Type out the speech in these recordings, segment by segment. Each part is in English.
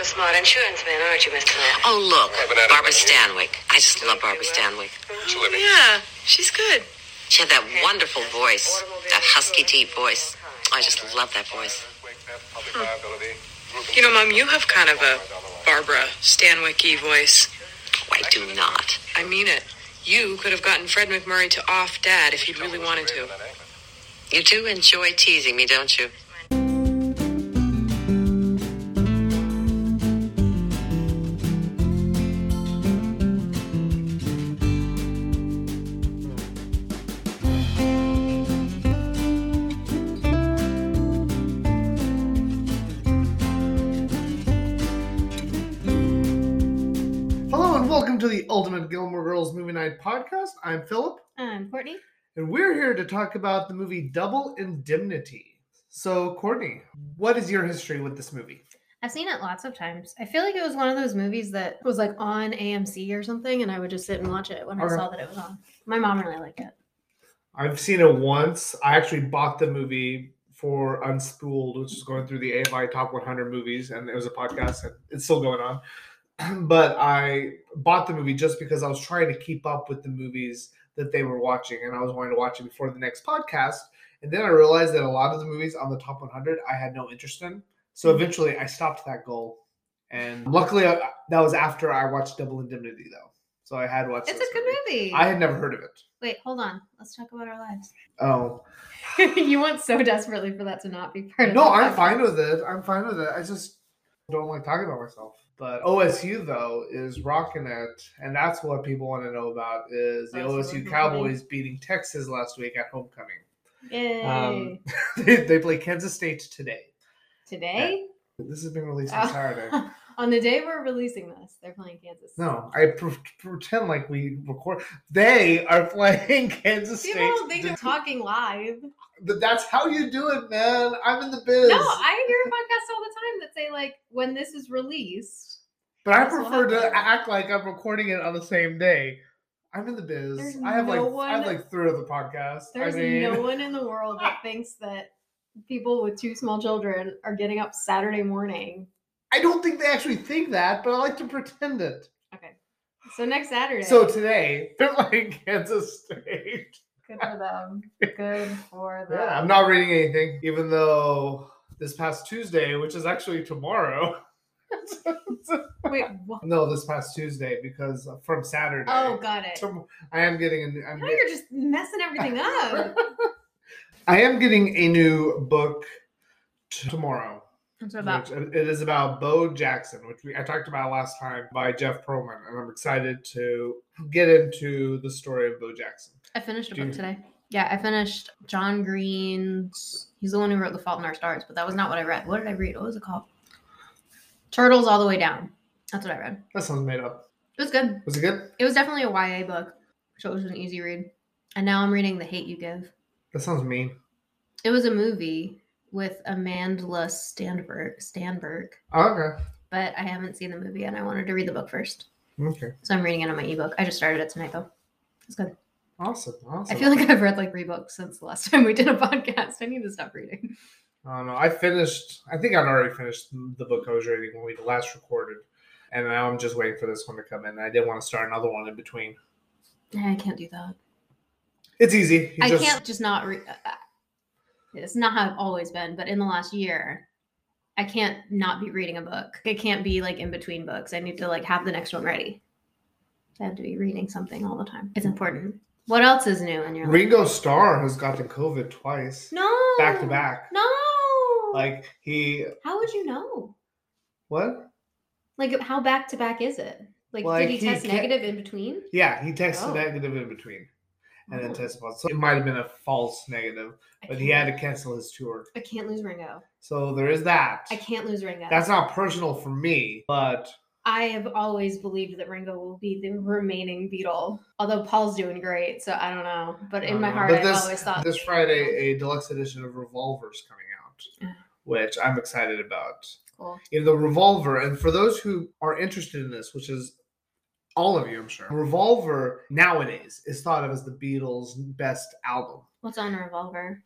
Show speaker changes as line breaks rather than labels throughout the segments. a smart insurance man, aren't you, Mr. Lynn?
Oh, look,
Haven't had it
Barbara
in years.
Stanwyck. I just love Barbara Stanwyck.
What's your living?
Yeah, she's good.
She had that wonderful voice, that husky deep voice. I just love that voice.
Earthquake theft, public liability. group
Hmm. You know, Mom, you have kind of a Barbara Stanwyck voice.
Oh, I do not.
I mean it. You could have gotten Fred McMurray to off Dad if you'd really wanted to.
You do enjoy teasing me, don't you?
Hello and welcome to the Ultimate Gilmore Girls Movie Night podcast. I'm Philip,
I'm Um, Courtney.
and we're here to talk about the movie Double Indemnity. So, Courtney, what is your history with this movie?
I've seen it lots of times. I feel like it was one of those movies that was like on AMC or something, and I would just sit and watch it when I
Okay.
saw that it was on. My mom really liked it.
I've seen it once. I actually bought the movie for Unspooled, which is going through the AFI Top 100 movies, and it was a podcast, and it's still going on. But I bought the movie just because I was trying to keep up with the movies that they were watching, and I was wanting to watch it before the next podcast. And then I realized that a lot of the movies on the top 100 I had no interest in. So eventually I stopped that goal. And luckily, I, that was after I watched Double Indemnity, though. So I had watched
It's
this
a good movie.
I had never heard of it.
Wait, hold on. Let's talk about our lives.
Oh,
you want so desperately for that to not be part of.
No,
the
I'm
podcast.
fine with it. I'm fine with it. I just don't like talking about myself. But OSU though is rocking it, and that's what people want to know about is the
OSU
OSU
homecoming.
Cowboys beating Texas last week at homecoming.
Yay!
Um, they, they play Kansas State today.
Today,
This has been released on
Oh.
Saturday.
on the day we're releasing this, they're playing Kansas.
No, I pre- pretend like we record. They are playing Kansas
people
State.
don't think I'm talking live.
But that's how you do it, man. I'm in the biz.
No, I hear podcasts all the time that say like, when this is released,
But I
That's what
prefer to
happened.
act like I'm recording it on the same day. I'm in the biz.
There's
I have
no
like I have
one-
like three of the podcasts.
There's
I mean,
no one in the world that thinks that people with two small children are getting up Saturday morning.
I don't think they actually think that, but I like to pretend it.
Okay. So next Saturday.
So today they're playing Kansas State.
good for them. Good for them.
Yeah, I'm not reading anything, even though this past Tuesday, which is actually tomorrow.
Wait, what?
no, this past Tuesday because from Saturday.
Oh, got it.
Tom- I am getting a new. I'm
Now
get-
you're just messing everything up.
I am getting a new book t- tomorrow.
What's that about?
Which it it is about Bo Jackson, which we, I talked about last time by Jeff Perlman, and I'm excited to get into the story of Bo Jackson.
I finished a
Do you-
book today. Yeah, I finished John Green's. He's the one who wrote The Fault in Our Stars, but that was not what I read. What did I read? What was it called? Turtles All the Way Down. That's what I read.
That sounds made up.
It was good.
Was it good?
It was definitely a YA book, so it was an easy read. And now I'm reading The Hate You Give.
That sounds mean.
It was a movie with Amanda Stanberg, Stanberg,
Oh, okay.
but I haven't seen the movie and I wanted to read the book first.
Okay.
So I'm reading it on my ebook. I just started it tonight though. It's good.
Awesome. Awesome.
I feel like I've read like three books since the last time we did a podcast. I need to stop reading.
I don't know. I finished. I think I'd already finished the book I was reading when we last recorded, and now I'm just waiting for this one to come in. I didn't want to start another one in between.
I can't do that.
It's easy. You
I
just-
can't just not read. It's not how I've always been, but in the last year, I can't not be reading a book. It can't be like in between books. I need to like have the next one ready. I have to be reading something all the time. It's important. What else is new in your life?
Ringo Starr has gotten COVID twice,
No.
back to back.
No.
Like he
how would you know?
what?
Like how back to back is it? Like,
Like,
did he,
he
test
can't-
negative in between?
Yeah, he texted
Oh.
negative in between and then
Oh,
tested positive. So it might have been a false negative,
I
but he had
can't-
to cancel his tour.
I can't lose Ringo.
So there is that.
I can't lose Ringo.
That's not personal for me, but
I have always believed that Ringo will be the remaining Beatle. Although Paul's doing great, so I don't know. But in my
uh,
heart,
but
I've always thought
this Friday eh, a deluxe edition of Revolver's coming out,
Yeah.
which I'm excited about.
Cool.
in the revolver and for those who are interested in this which is all of you i'm sure revolver nowadays is thought of as the beatles best album
What's on Revolver?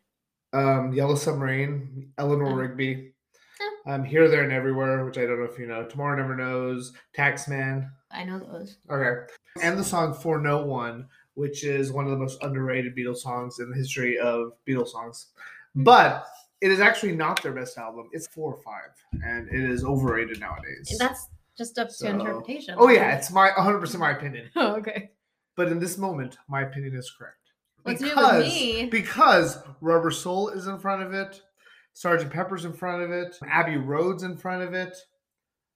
um yellow submarine eleanor
Oh.
rigby
Oh.
um, Here, There, and Everywhere, which I don't know if you know. Tomorrow Never Knows, Taxman.
I know those.
Okay. And the song For No One, which is one of the most underrated Beatles songs in the history of Beatles songs.
Mm.
But it is actually not their best album. It's four or five, and it is overrated nowadays.
That's just up
So-
to interpretation.
oh, yeah. It's my 100% my opinion.
Oh, okay.
But in this moment, my opinion is correct.
What's new
Because-
with me?
Because Rubber Soul is in front of it, Sergeant Pepper's in front of it, Abbey Road's in front of it.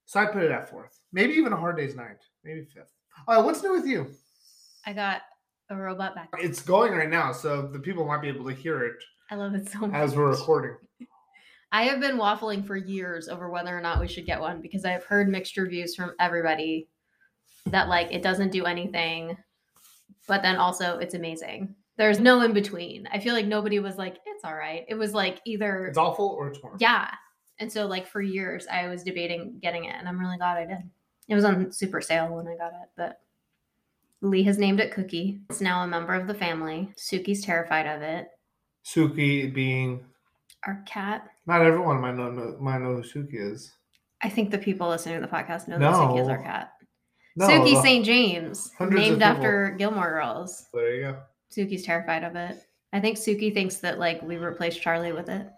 So I put it at fourth. Maybe even a Hard Day's Night. Maybe fifth. All right, what's new with you?
I got a robot back.
It's going right now, so the people might be able to hear it
I love it so much.
as we're recording.
I have been waffling for years over whether or not we should get one because I've heard mixed reviews from everybody that like it doesn't do anything, but then also it's amazing. There's no in between. I feel like nobody was like, it's all right. It was like either,
It's awful or it's horrible.
yeah. And so, like, for years, I was debating getting it, and I'm really glad I did. It was on super sale when I got it, but Lee has named it Cookie. It's now a member of the family. Suki's terrified of it.
Suki being
Our cat
not everyone might know know- might know who Suki is.
I think the people listening to the podcast know that
No.
Suki is our cat.
No,
Suki
the-
St. James,
hundreds of
named
people.
after Gilmore Girls.
There you go.
Suki's terrified of it. I think Suki thinks that like we replaced Charlie with it.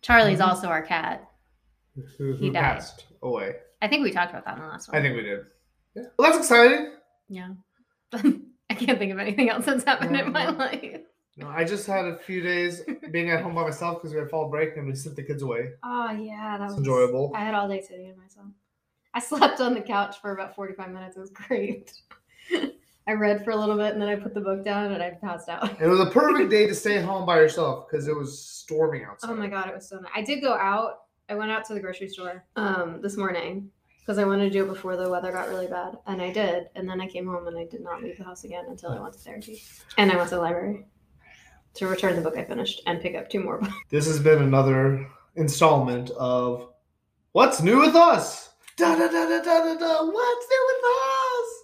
Charlie's
Mhm.
also our cat.
Who,
He
who
died.
passed away?
I think we talked about that in the last one.
I think we did. Yeah. Well, that's exciting.
Yeah. I can't think of anything else that's happened in my
Mhm.
life.
No, I just had a few days being at home by myself because we had fall break and we sent the kids away.
Oh yeah, that
It's was- enjoyable. I
had all day sitting in myself. I slept on the couch for about forty-five minutes. It was great. I read for a little bit and then I put the book down and I passed out.
It was a perfect day to stay home by yourself because it was storming outside.
Oh my god, it was so nice. I did go out. I went out to the grocery store um this morning because I wanted to do it before the weather got really bad, and I did. And then I came home and I did not leave the house again until I went to therapy, and I went to the library to return the book I finished and pick up two more books.
This has been another installment of What's New with Us? Da da da da da da da. What's new with us?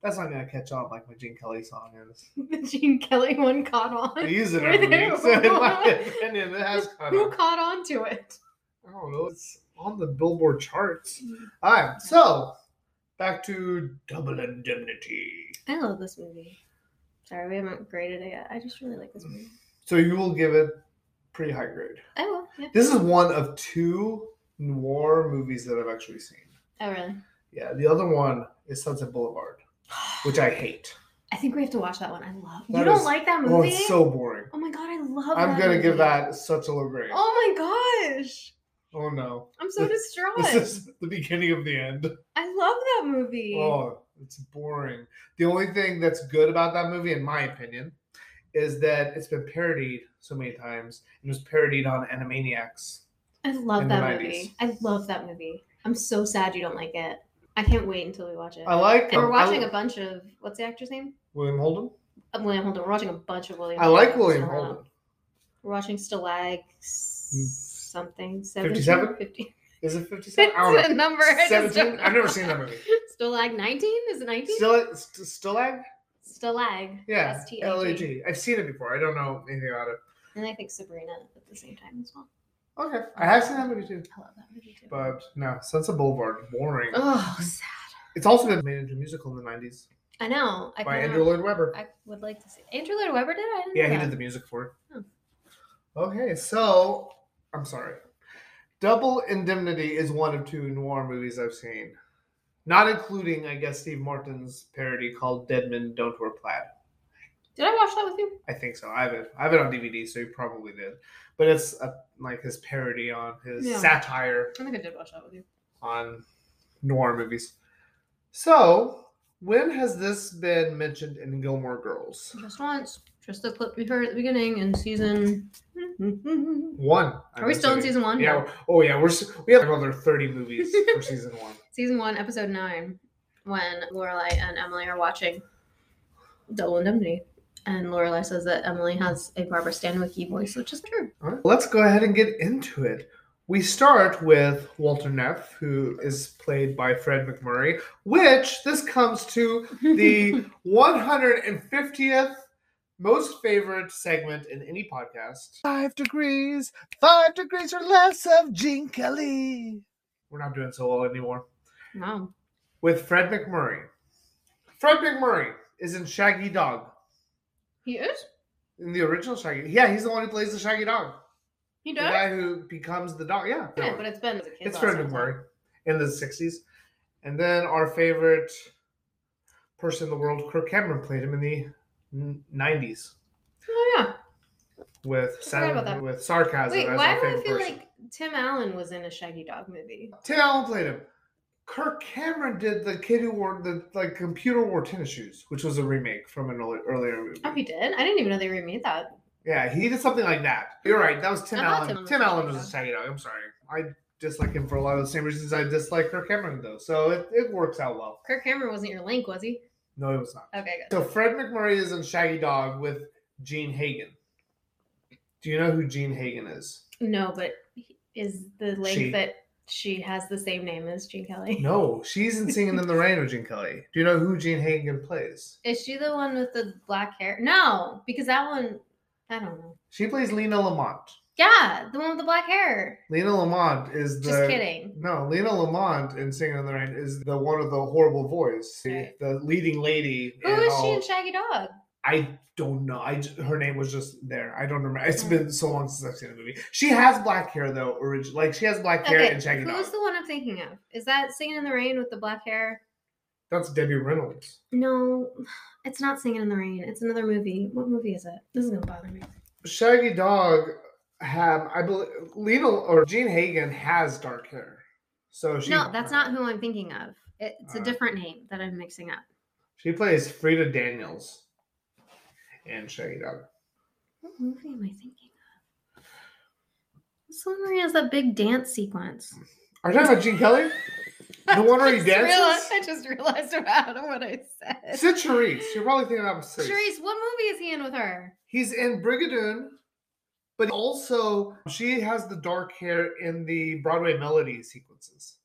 That's not gonna catch on like my Gene Kelly song is.
the Gene Kelly one caught
I
on.
use it every week, so in my opinion, it has caught
Who
on.
caught on to it?
I don't know. It's on the Billboard charts.
Mm-hmm.
All right, so back to Double Indemnity.
I love this movie. Sorry, we haven't graded it yet. I just really like this movie.
So you will give it pretty high grade.
I will. Yeah.
This is one of two noir movies that I've actually seen.
Oh really?
Yeah, the other one is Sunset Boulevard, which I hate.
I think we have to watch that one. I love.
That
you don't
is-
like that movie?
Oh, it's so boring.
Oh my god, I love
I'm
that
gonna give
movie.
that such a low grade. Oh,
Oh my gosh.
no,
I'm so distraught.
this is the beginning of the end.
I love that movie.
Oh, it's boring. The only thing that's good about that movie, in my opinion, is that it's been parodied so many times. It was parodied on Animaniacs.
I love
in the
that
90s.
movie. I love that movie. I'm so sad you don't like it. I can't wait until we watch it.
I like.
and we're watching
I,
a bunch of what's the actor's name?
William Holden.
Uh, William Holden. We're watching a bunch of William.
I like
Holden
William
in a row.
Holden.
We're watching Stalag s-
Mm.
something. 17?
57?
50.
Is it 57?
It's
I don't know.
a number. I just don't
17? I've
know.
never seen that movie.
Stalag 19? Is it 19?
Still, st- Stalag?
Stalag.
Yeah,
S T A G.
L A G. I've seen it before. I don't know anything about it.
And I think Sabrina at the same time as well.
Okay, I have seen that movie too.
I love that movie too.
But no, Sunset Boulevard, boring.
oh, sad.
It's also been made into a musical in the '90s
I know. I
by
kinda-
Andrew Lloyd Webber.
I would like to see. Andrew Lloyd Webber did. I didn't
Yeah,
know
he
that.
did the music for it.
Hmm.
Okay, so I'm sorry. Double Indemnity is one of two noir movies I've seen, not including, I guess, Steve Martin's parody called "Dead Men Don't Wear Plaid."
Did I watch that with you?
I think so. I have it. I have it on DVD, so he probably did. But it's a, like his parody on his
Yeah.
satire
I think I did watch that with you.
on noir movies. So, when has this been mentioned in Gilmore Girls?
Just once. Just the clip we heard at the beginning in season.
One.
Are we still in season one?
Yeah. we're- Oh yeah. We're s- we have another thirty movies for season one.
Season one, episode nine, when Lorelai and Emily are watching Double Indemnity. And Lorelai says that Emily has a Barbara Stanwyck voice, which is true.
All right, let's go ahead and get into it. We start with Walter Neff, who is played by Fred McMurray, which this comes to the 150th most favorite segment in any podcast. Five degrees, five degrees or less of Jinkali. We're not doing so well anymore.
No.
With Fred McMurray. Fred McMurray is in Shaggy Dog.
He is?
In the original Shaggy. Yeah, he's the one who plays the Shaggy Dog.
He
The
does?
guy who becomes the dog. Yeah.
Yeah, but it's been as a kid.
It's
last
Fred
time.
McMurray in the 60s. And then our favorite person in the world, Kirk Cameron, played him in the n- 90s
Oh yeah.
with
forgot about that.
with sarcasm
Wait,
as
why
our
do I
favorite
feel
person.
like Tim Allen was in a Shaggy Dog movie?
Tim Allen played him. Kirk Cameron did the kid who wore the like computer wore tennis shoes, which was a remake from an early, earlier movie.
Oh, he did. I didn't even know they remade that.
Yeah, he did something like that. You're right. That was Tim
I thought
Allen.
Tim
Tim,
was a
Allen
shaggy
was a shaggy dog. I'm sorry. I dislike him for a lot of the same reasons I dislike Kirk Cameron though. So it, it works out well.
Kirk Cameron wasn't your link, was he?
No, it was not.
Okay, good.
So Fred McMurray is in Shaggy Dog with Gene Hagen. Do you know who Gene Hagen is?
No, but he- is the link
She-
that she has the same name as Gene Kelly?
No, she's in Singing in the Rain with Gene Kelly. Do you know who Gene Hagen plays?
Is she the one with the black hair? No, because that one, I don't know.
She plays Lena Lamont.
Yeah, the one with the black hair.
Lena Lamont is the
Just kidding.
No, Lena Lamont in Singing in the Rain is the one of the horrible voice, the-
Right.
the leading lady.
Who
and
is she
all-
in Shaggy Dog?
I don't know. I j- her name was just there. I don't remember. It's
Mm.
been so long since I've seen the movie. She has black hair though. Orig- like she has black hair and Shaggy
who's
Dog.
the one I'm thinking of? Is that Singing in the Rain with the black hair?
That's Debbie Reynolds.
No, it's not Singing in the Rain. It's another movie. What movie is it? This is gonna bother me.
Shaggy Dog have I believe Lena or Gene Hagen has dark hair. So she
no, that's not who I'm thinking of. It- It's a
Uh,
different name that I'm mixing up.
She plays Frida Daniels and Shaggy Dog.
What movie am I thinking of? Slimmery has that big dance sequence.
Are you talking about Gene Kelly? The one where he
Just
dances?
realized- I just realized about what I said.
Sid Charisse. You're probably thinking about Sid.
Charisse, what movie is he in with her?
He's in Brigadoon, but also she has the dark hair in the Broadway melody sequences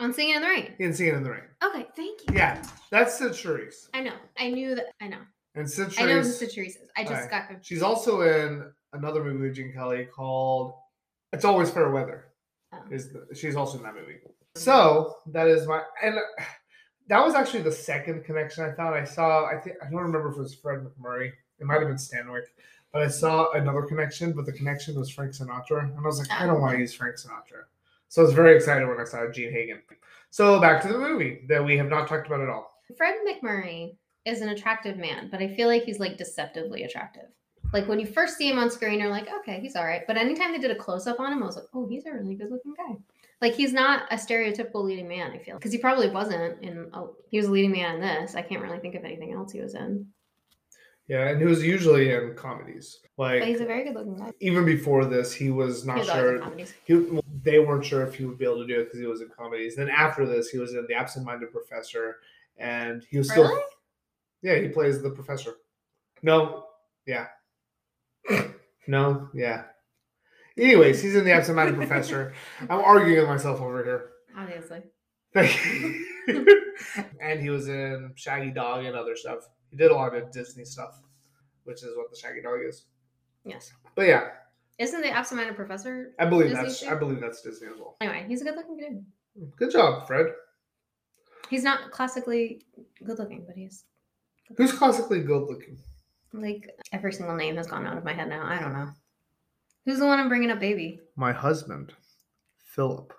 On Singing in the Rain.
in Singing in the Rain.
Okay, thank you.
Yeah, that's Sid Charisse.
I know. I knew that. I know.
And Sid
I know who
Charisse.
Citrice is. I just
Alright.
got confused.
She's also in another movie with Gene Kelly called "It's Always Fair Weather."
Um,
Is the, she's also in that movie? So that is my and uh, that was actually the second connection I found. I saw I think I don't remember if it was Fred McMurray. It might have been Stanwyck, but I saw another connection. But the connection was Frank Sinatra, and I was like, I don't want to use Frank Sinatra. So I was very excited when I saw Gene Hagen. So back to the movie that we have not talked about at all.
Fred McMurray is an attractive man, but I feel like he's like deceptively attractive. Like when you first see him on screen, you're like, okay, he's all right. But anytime they did a close up on him, I was like, oh, he's a really good looking guy. Like he's not a stereotypical leading man. I feel because he probably wasn't in. Oh, he was a leading man in this. I can't really think of anything else he was in.
Yeah, and he was usually in comedies. Like
But he's a very good looking guy.
even before this, he was
He
not
was always in
sure.
comedies.
He, well, they weren't sure if he would be able to do it because he was in comedies. Then after this, he was in The Absent Minded Professor, and he was still.
Really?
Yeah, he plays the professor. No, yeah. no, yeah. Anyways, he's in The Absent Minded Professor. I'm arguing with myself over here.
Obviously.
Thank you. and he was in Shaggy Dog and other stuff. He did a lot of Disney stuff, which is what the Shaggy Dog is.
Yes.
But yeah,
Isn't the absent minded professor?
I believe
Disney
that's
too?
I believe that's Disney as well.
Anyway, he's a good looking dude.
Good job, Fred.
He's not classically good looking, but he's
Who's classically good looking?
Like every single name has gone out of my head now. I don't know. Who's the one I'm bringing up, baby?
My husband, Philip.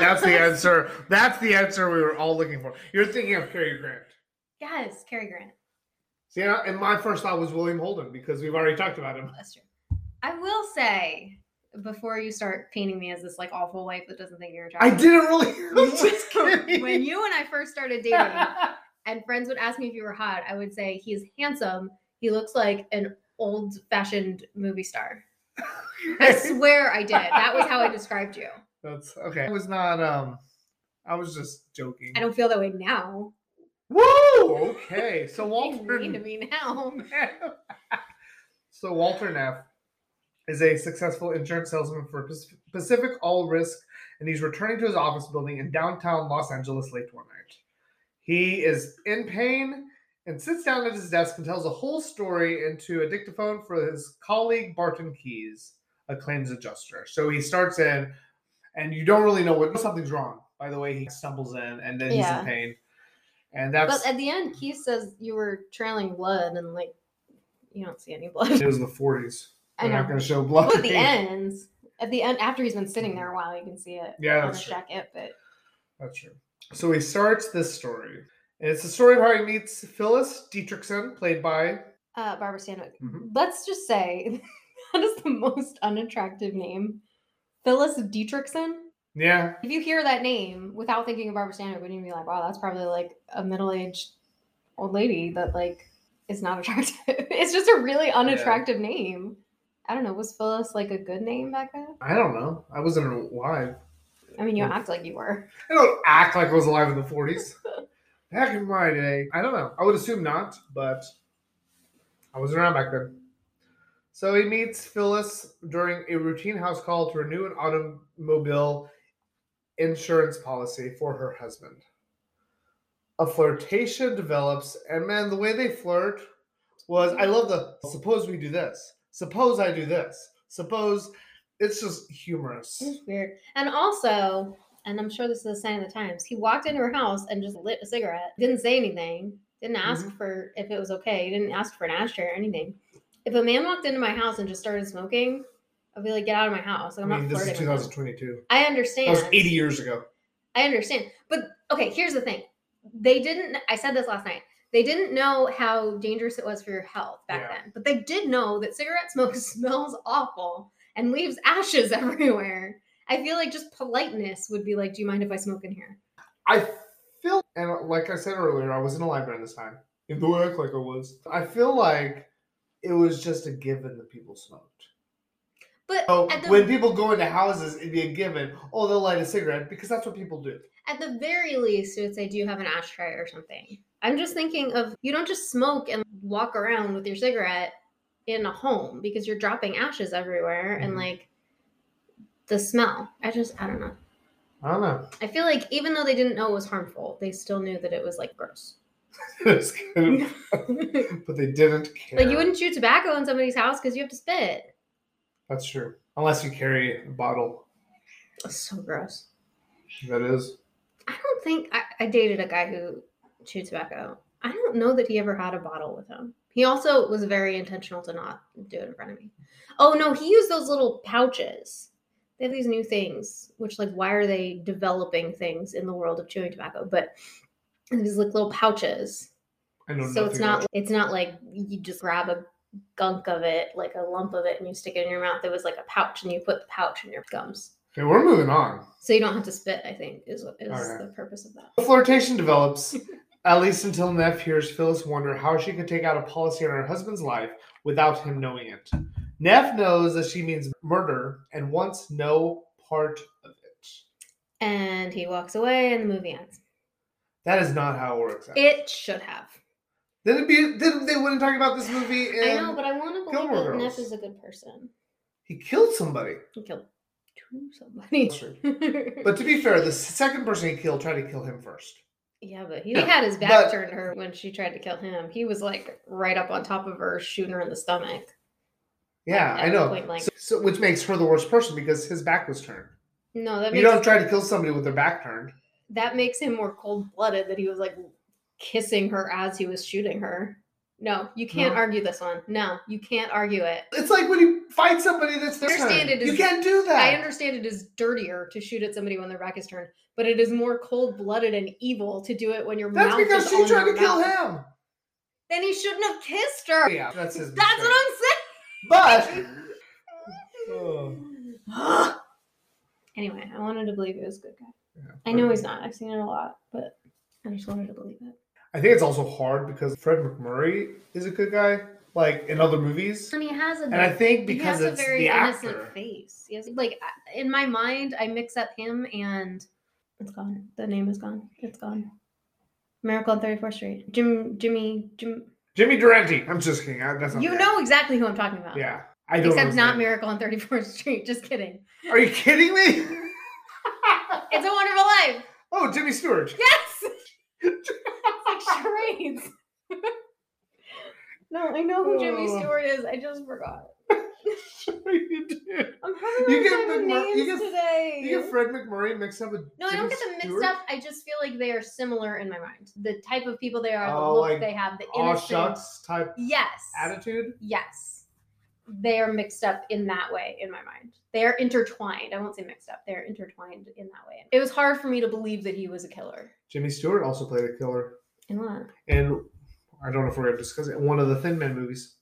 That's the answer. That's the answer we were all looking for. You're thinking of Cary Grant.
yes, Cary Grant.
See, and I- and my first thought was William Holden because we've already talked about him.
That's true. I will say before you start painting me as this like awful wife that doesn't think you're
I
attractive.
didn't really. I'm just kidding.
when you and I first started dating, and friends would ask me if you were hot, I would say he's handsome. He looks like an old-fashioned movie star. I swear I did. That was how I described you.
That's okay. I was not. Um, I was just joking.
I don't feel that way now.
Woo! Okay, so
You
Walter.
mean to me now.
so Walter Neff is a successful insurance salesman for Pac- Pacific All Risk, and he's returning to his office building in downtown Los Angeles late one night. He is in pain and sits down at his desk and tells a whole story into a dictaphone for his colleague Barton Keys, a claims adjuster. So he starts in, and you don't really know what something's wrong. By the way, he stumbles in, and then he's
Yeah.
in pain, and that's
But at the end, Keith says you were trailing blood, and like you don't see any blood.
it was the 40s.
I
They're not
know.
going to show blood.
Well, at the ends, at the end, after he's been sitting there a while, you can see it
Yeah,
on
that's
his
true.
jacket. But
That's true. So he starts this story. And it's the story of how he meets Phyllis Dietrichson, played by.
uh, Barbara Stanwyck.
Mhm.
Let's just say that is the most unattractive name, Phyllis Dietrichson.
Yeah,
If you hear that name without thinking of Barbara Stanwyck, wouldn't you be like, wow, that's probably like a middle-aged old lady that like is not attractive. it's just a really unattractive name. I don't know. Was Phyllis like a good name back then?
I don't know. I wasn't alive.
I mean, you
Mm.
act like you were.
I don't act like I was alive in the 40s. back in my day. I don't know. I would assume not, but I wasn't around back then. So he meets Phyllis during a routine house call to renew an automobile insurance policy for her husband. A flirtation develops, and man, the way they flirt was I love the suppose we do this, suppose I do this, suppose it's just humorous.
It's weird. And also, and I'm sure this is a sign of the times, he walked into her house and just lit a cigarette, didn't say anything, didn't ask
Mm-hmm.
for if it was okay, didn't ask for an ashtray or anything. If a man walked into my house and just started smoking, I'd be like, get out of my house.
I
Like, I'm
mean, this
not
is
flirting. with him."
2022.
I
That
understand.
was 80 years ago.
I understand. But okay, here's the thing. They didn't I said this last night. They didn't know how dangerous it was for your health back
Yeah.
then. But they did know that cigarette smoke smells awful and leaves ashes everywhere. I feel like just politeness would be like, "Do you mind if I smoke in here?"
I feel, and like I said earlier, I wasn't alive during this time. In the way I act like I was. I feel like it was just a given that people smoked.
But
So
at, the,
when people go into houses, it'd be a given, oh, they'll light a cigarette because that's what people do.
at the very least, it's I do have an ashtray or something. I'm just thinking of you don't just smoke and walk around with your cigarette in a home because you're dropping ashes everywhere and
Mhm.
like the smell. I just I don't know.
I don't know.
I feel like even though they didn't know it was harmful, they still knew that it was like gross.
It's kind of-
like
but they didn't care.
you wouldn't chew tobacco in somebody's house because you have to spit.
That's true. Unless you carry a bottle.
That's so gross.
That is.
I don't think I, I dated a guy who chewed tobacco. I don't know that he ever had a bottle with him. He also was very intentional to not do it in front of me. Oh no, he used those little pouches. They have these new things, which like why are they developing things in the world of chewing tobacco? But these like little pouches
I know
so it's
nothing about
not it's not like you just grab a gunk of it like a lump of it and you stick it in your mouth there was like a pouch and you put the pouch in your gums
Okay, we're moving on.
so you don't have to spit i think is what is
Alright.
the purpose of that
The flirtation develops, at least until Neff hears Phyllis wonder how she could take out a policy on her husband's life without him knowing it. Neff knows that she means murder and wants no part of it.
and he walks away and the movie ends
That is not how it works. out.
it should have
then it'd be then they wouldn't talk about this movie. And
i know but i want to believe
Gilmore
that
Girls.
neff is a good person
he killed somebody.
he killed two somebody
That's true. But to be fair, the second person he killed tried to kill him first.
yeah but he
Yeah,
had his back
but-
turned to her when she tried to kill him he was like right up on top of her shooting her in the stomach
Yeah,
At
I know.
point blank.
So- so, which makes her the worst person because his back was turned.
no that
You
makes
don't try to kill somebody with their back turned.
that makes him more cold blooded that he was like kissing her as he was shooting her. No, you can't
No.
argue this one. No, you can't argue it.
It's like when you fight somebody that's their
Understand
turn.
it
You
is-
can't do that.
I understand it is dirtier to shoot at somebody when their back is turned, but it is more cold blooded and evil to do it when your
That's
mouth
because
is
she
on
tried to
your
kill
mouth.
him.
Then he shouldn't have kissed her.
Yeah, that's his.
That's
mistake.
what I'm saying. anyway, I wanted to believe he was a good guy.
But
I know he's not. I've seen it a lot, but I just wanted to believe it.
I think it's also hard because Fred McMurray is a good guy, like in other movies,
And he has a
and I think because
he has
it's
a very
the
innocent
actor.
face. He has, like I- in my mind, I mix up him and it's gone. The name is gone. It's gone. Miracle on 34th Street. Jim, Jimmy, Jim.
Jimmy Durante. I'm just kidding. I, that's not
You
the
know exactly who I'm talking about.
guy. Yeah, I don't. know
Except
his
not
name.
Miracle on 34th Street. Just kidding.
Are you kidding me?
It's a Wonderful Life.
Oh, Jimmy Stewart.
Yes. it's like charades. No, I know who Jimmy
Oh.
Stewart is. I just forgot.
you did.
I'm having
You
a
get
hard time with
McMur- you
names
get-
today.
You get Fred McMurray mixed up with
no, I
Jimmy
don't get them mixed
Stewart?
up. I just feel like they are similar in my mind. The type of people they are,
Oh,
the look
like,
they have, the
Aw
innocent.
shucks type
Yes.
attitude.
Yes. They are mixed up in that way in my mind. They are intertwined. I won't say mixed up. They're intertwined in that way. It was hard for me to believe that he was a killer.
Jimmy Stewart also played a killer,
In what?
and I don't know if we're gonna discuss it. One of the Thin Man movies,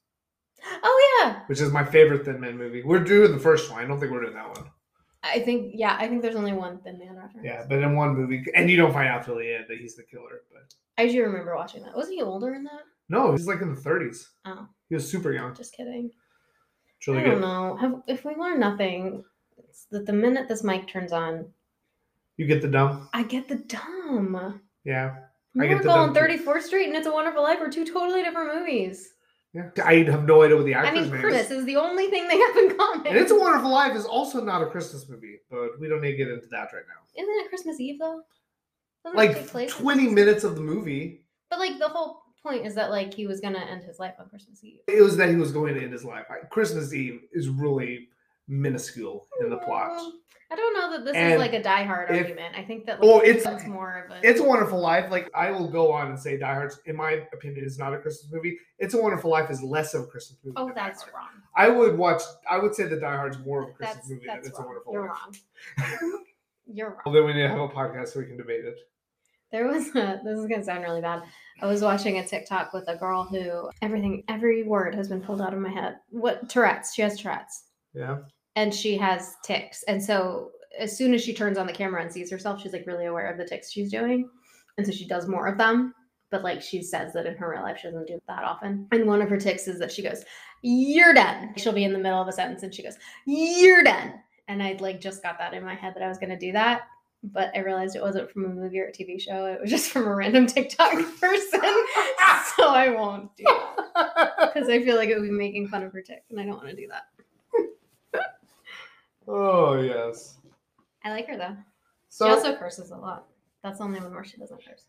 Oh yeah.
which is my favorite Thin Man movie. We're doing the first one. I don't think we're doing that one.
I think yeah, I think there's only one Thin Man reference.
Yeah, but in one movie, and you don't find out till the end that he's the killer. But
I do remember watching that. Wasn't he older in that?
no, he's like in the 30s.
Oh.
he was super young.
Just kidding.
It's really
I don't
good.
know. Have, if we learn nothing, it's that the minute this mic turns on,
You get the dumb.
I get the dumb.
Yeah, I get the
Miracle on
dumb, too.
34th Street and It's a Wonderful Life are two totally different movies.
yeah. I have no idea what the
I
actor's
mean,
name
Christmas
is.
is the only thing they have in common.
And It's a Wonderful Life is also not a Christmas movie, but we don't need to get into that right now.
Isn't it Christmas Eve though? Doesn't it take
Like
place on
20
Christmas?
minutes of the movie,
But like the whole point is that like he was gonna end his life on Christmas Eve.
it was that he was going to end his life. Like, Christmas Eve is really minuscule in the plot.
Mm, I don't know that this
And
is like a diehard
if-
argument. I think that like,
Oh, it's-
that's more of a.
It's a Wonderful Life. Like I will go on and say Die Hard, in my opinion, is not a Christmas movie. It's a Wonderful Life is less of a Christmas movie.
oh,
than Die
that's
Hard.
wrong.
I would watch. I would say the Die Hard's more of a Christmas
That's
movie
that's
than It's
wrong.
a Wonderful
You're
Life.
wrong. You're wrong.
Well, then we need to have a podcast so we can debate it.
There was a, this is gonna sound really bad. I was watching a TikTok with a girl who everything every word has been pulled out of my head. What Tourette's? She has Tourette's.
Yeah.
and she has ticks. And so as soon as she turns on the camera and sees herself, she's like really aware of the ticks she's doing. And so she does more of them. But like she says that in her real life, she doesn't do that often. And one of her ticks is that she goes, You're done. She'll be in the middle of a sentence and she goes, You're done. And I'd like just got that in my head that I was going to do that. But I realized it wasn't from a movie or a TV show. It was just from a random TikTok person. so I won't do that. Because I feel like it would be making fun of her tick. And I don't want to do that.
Oh yes.
I like her though.
So
she also curses a lot. That's the only one where she doesn't curse.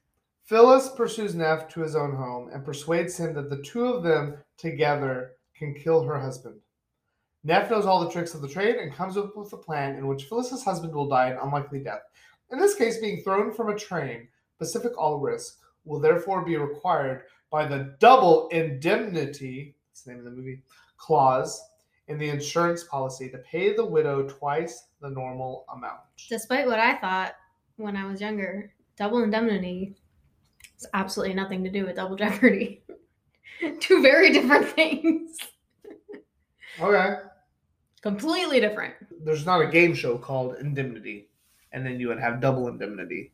Phyllis pursues Neff to his own home and persuades him that the two of them together can kill her husband. Neff knows all the tricks of the trade and comes up with a plan in which Phyllis's husband will die an unlikely death. In this case, being thrown from a train, Pacific All Risk will therefore be required by the double indemnity, that's the name of the movie, clause in the insurance policy to pay the widow twice the normal amount.
Despite what I thought when I was younger, double indemnity has absolutely nothing to do with double jeopardy. Two very different things.
Okay.
Completely different.
there's not a game show called Indemnity, and then you would have double indemnity.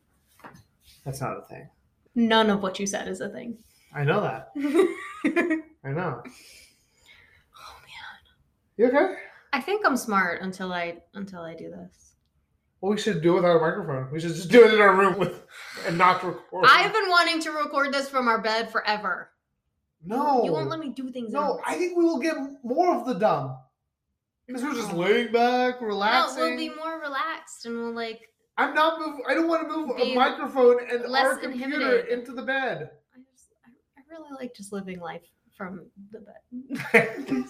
That's not a thing.
None of what you said is a thing.
I know that. I know.
Oh man.
You okay?
I think I'm smart until I until I do this.
Well, we should do it without a microphone. We should just do it in our room with and not record.
I've been wanting to record this from our bed forever.
no.
You won't let me do things. in
No,
our
I
bed.
think we will get more of the dumb because we're just
No.
laying back,
Oh. No,
relaxing.
we'll be more relaxed and we'll like
I'm not moving. I don't want to move a
Be
microphone and
less
our computer
intimidated.
into the bed.
I just, I, I really like just living life from the bed.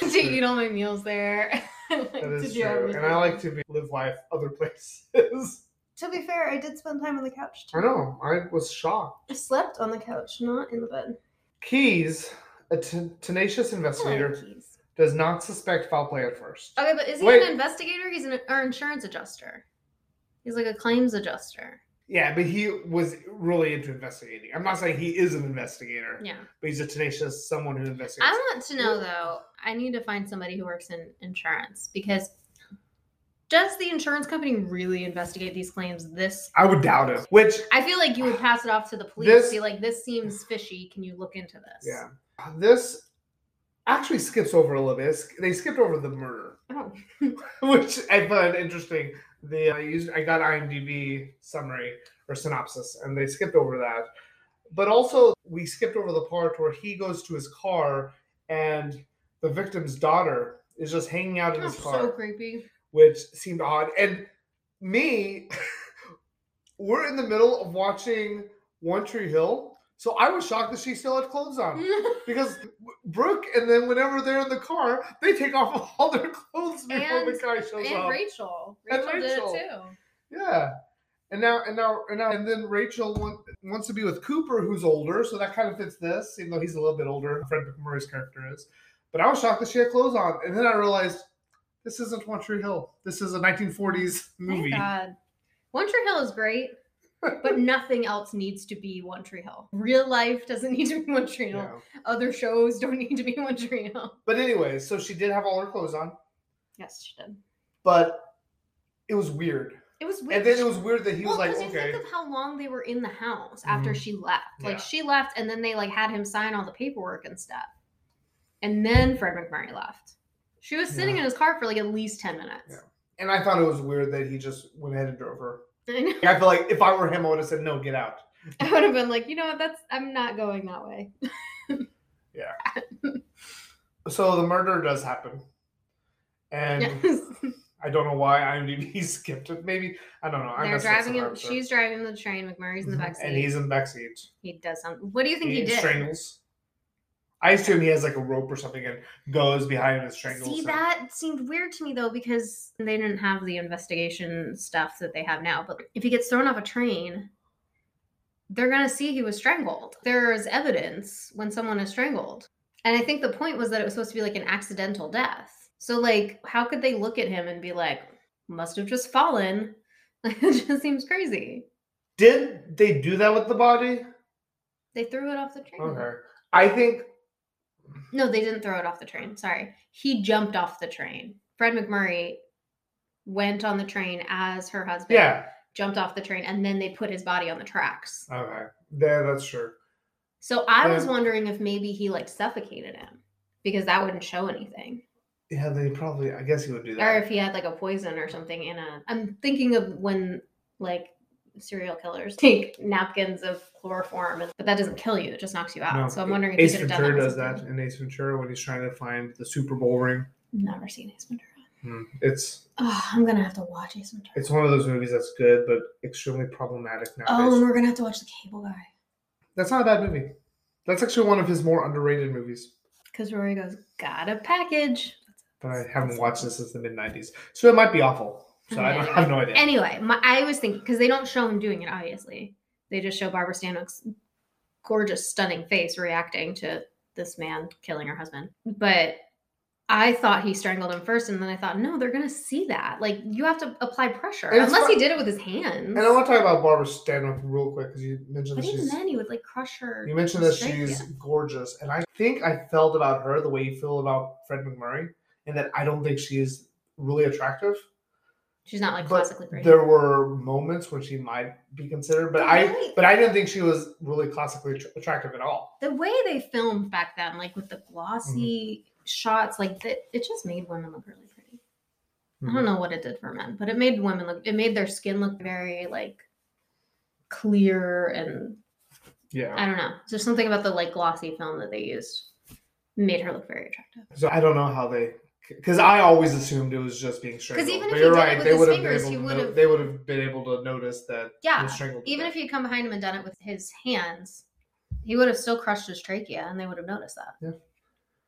to eat all my meals there. I like
That
to
is
do
true, and
everything.
I like to be, live life other places.
To be fair, I did spend time on the couch.
I know. I was shocked.
I slept on the couch, not in the bed.
Keys, a t- tenacious investigator,
keys.
does not suspect foul play at first.
Okay, but is he
Wait.
an investigator? He's an our insurance adjuster. He's like a claims adjuster.
Yeah, but he was really into investigating. I'm not saying he is an investigator,
Yeah.
but he's a tenacious someone who investigates.
I want to know though. I need to find somebody who works in insurance because does the insurance company really investigate these claims this
I would doubt it. Which,
I feel like you would pass it off to the police.
This-
be like, this seems fishy. Can you look into this?
yeah, this actually skips over a little bit. It's- They skipped over the murder,
Oh.
which I found interesting. The I used I got IMDb summary or synopsis, and they skipped over that. But also, we skipped over the part where he goes to his car, and the victim's daughter is just hanging out in his
That's
car,
Oh, so creepy.
which seemed odd. And me, we're in the middle of watching One Tree Hill, So I was shocked that she still had clothes
Mm-hmm.
on because Brooke and then whenever they're in the car, they take off all their clothes before the
And-
guy shows
and
up.
Rachel.
And
Rachel, did
Rachel.
it too.
Yeah. And now, and now, and now, and then Rachel want, wants to be with Cooper, who's older, so that kind of fits this, even though he's a little bit older. Fred McMurray's character is. But I was shocked that she had clothes on, and then I realized this isn't One Tree Hill. This is a 1940s movie.
Thank God. One Tree Hill is great, but nothing else needs to be One Tree Hill. Real life doesn't need to be One Tree Hill.
Yeah.
Other shows don't need to be One Tree Hill.
But anyway, so she did have all her clothes on,
Yes, she did.
but it was weird.
It was weird.
And then it was weird that he
well,
was like,
because you
okay,
think of how long they were in the house after she left. Like
Yeah.
she left, and then they like had him sign all the paperwork and stuff. And then Fred McMurray left. She was sitting in his car for like at least ten minutes.
and I thought it was weird that he just went ahead and drove her.
I know.
I feel like if I were him, I would have said, no, get out.
I would have been like, you know what? That's I'm not going that way.
So the murder does happen, and.
Yes.
I don't know why IMDb skipped it. Maybe I don't know. I
They're
messed up
driving. In,
sometimes, sure. Mhm.
she's driving the train. McMurray's in the backseat.
and he's in the backseat.
he does something. What do you think he, did?
strangles. I assume he has like a rope or something and goes behind him and strangles.
See,
him.
that seemed weird to me though because they didn't have the investigation stuff that they have now. But if he gets thrown off a train, they're gonna see he was strangled. There is evidence when someone is strangled, and I think the point was that it was supposed to be like an accidental death. So, like, how could they look at him and be like, "Must have just fallen"? Like, it just seems crazy.
Did they do that with the body?
They threw it off the train.
Okay. I think
No, they didn't throw it off the train. Sorry. He jumped off the train. Fred McMurray went on the train as her husband.
yeah.
Jumped off the train and then they put his body on the tracks.
Okay. Yeah, that's true.
So I was
Yeah.
wondering if maybe he like suffocated him because that wouldn't show anything.
Yeah, they probably. I guess he would do
Or
that.
if he had like a poison or something in a. I'm thinking of when like serial killers take napkins of chloroform, and, but that doesn't kill you. It just knocks you out.
No,
so I'm wondering if
Ace
he could have
Ventura
done that.
does
with
that
something.
in Ace Ventura when he's trying to find the Super Bowl ring.
Never seen Ace Ventura.
Hmm. It's
Oh, I'm going to have to watch Ace Ventura.
it's one of those movies that's good but extremely problematic nowadays.
Oh, and we're gonna have to watch the Cable Guy
That's not a bad movie. That's actually one of his more underrated movies.
because Rory goes, "Got a package."
But I haven't watched this since the mid '90s, so it might be awful. So I, don't, I have no idea.
Anyway, my, I was thinking because they don't show him doing it. Obviously, they just show Barbara Stanwyck's gorgeous, stunning face reacting to this man killing her husband. But I thought he strangled him first, and then I thought, no, they're gonna see that. Like you have to apply pressure,
And it's
unless
fu-
he did it with his hands.
and I want to talk about Barbara Stanwyck real quick because you mentioned
but
that
even
she's
then, he would like crush her.
you mentioned that
Straight,
she's
yeah.
gorgeous, and I think I felt about her the way you feel about Fred McMurray, and that I don't think she is really attractive.
She's not like
but
classically pretty.
There were moments when she might be considered, but
But
I
Oh, really-
but I didn't think she was really classically attra- attractive at all.
the way they filmed back then, like with the glossy shots, like that, it just made women look really pretty. I
Mm-hmm.
don't know what it did for men, but it made women look. It made their skin look very like clear, and
Yeah.
I don't know. There's something about the like glossy film that they used made her look very attractive.
So I don't know how they, because I always assumed it was just being strangled.
even if
but
he
you're
did it
right,
with
they
his
would have been
fingers,
able
he
to.
would
No-
have-
they would have been able to notice that. he
Yeah,
was strangled to
even
death.
if he'd come behind him and done it with his hands, he would have still crushed his trachea, and they would have noticed that.
Yeah.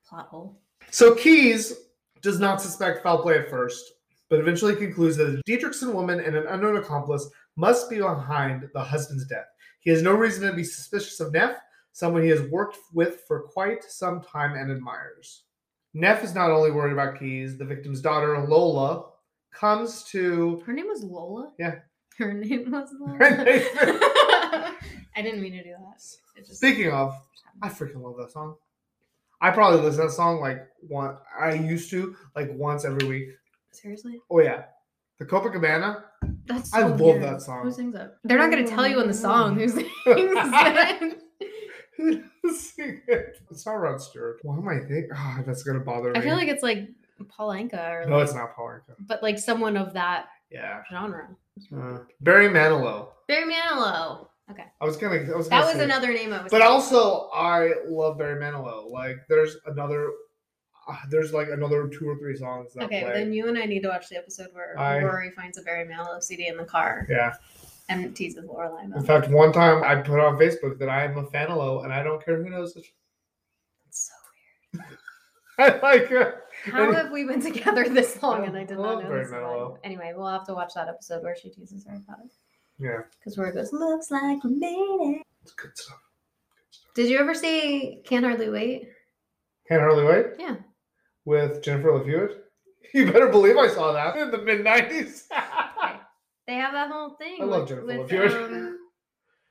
Plot hole.
So Keys does not suspect foul play at first, but eventually concludes that a Dietrichson woman and an unknown accomplice must be behind the husband's death. He has no reason to be suspicious of Neff, someone he has worked with for quite some time and admires. Neff is not only worried about Keys, the victim's daughter, Lola, comes to
Her name was Lola.
Yeah.
Her name was Lola.
Her name-
I didn't mean to do that. It just-
Speaking of, I freaking love that song. I probably listen to that song like one. I used to like once every week.
seriously,
Oh yeah, the Copacabana.
that's
I
so
love
weird.
that song.
Who sings it? They're not going to tell you in the song who sings it.
Who does sing it? It's not Rod Stewart. Why am I thinking? Ah, that's gonna bother me.
I feel like it's like Paul Anka, or
no,
like,
it's not Paul Anka.
but like someone of that
Yeah,
genre.
uh, Barry Manilow.
Barry Manilow. Okay,
I was gonna. I was
that
gonna
was
say-
another name I was.
But
thinking.
also, I love Barry Manilow. Like, there's another. Uh, there's like another two or three songs that
Okay,
play.
then you and I need to watch the episode where
I-
Rory finds a Barry Manilow CD in the car,
yeah,
and teases Lorelai
In
about.
fact, one time I put on Facebook that I am a fanalo and I don't care who knows it.
It's so
I like her.
weird. How have we been together this long and I did
I love
not know?
Barry
this about
Manilow.
you? Anyway, we'll have to watch that episode where she teases her about it
Yeah,
because Rory goes, "Looks like we made it."
it's good stuff.
Did you ever see Can't Hardly Wait?
Can't hardly wait.
Yeah.
With Jennifer Love Hewitt. You better believe I saw that in the mid '90s.
They have that whole thing.
I love
with,
Jennifer Love
with,
Hewitt.
um,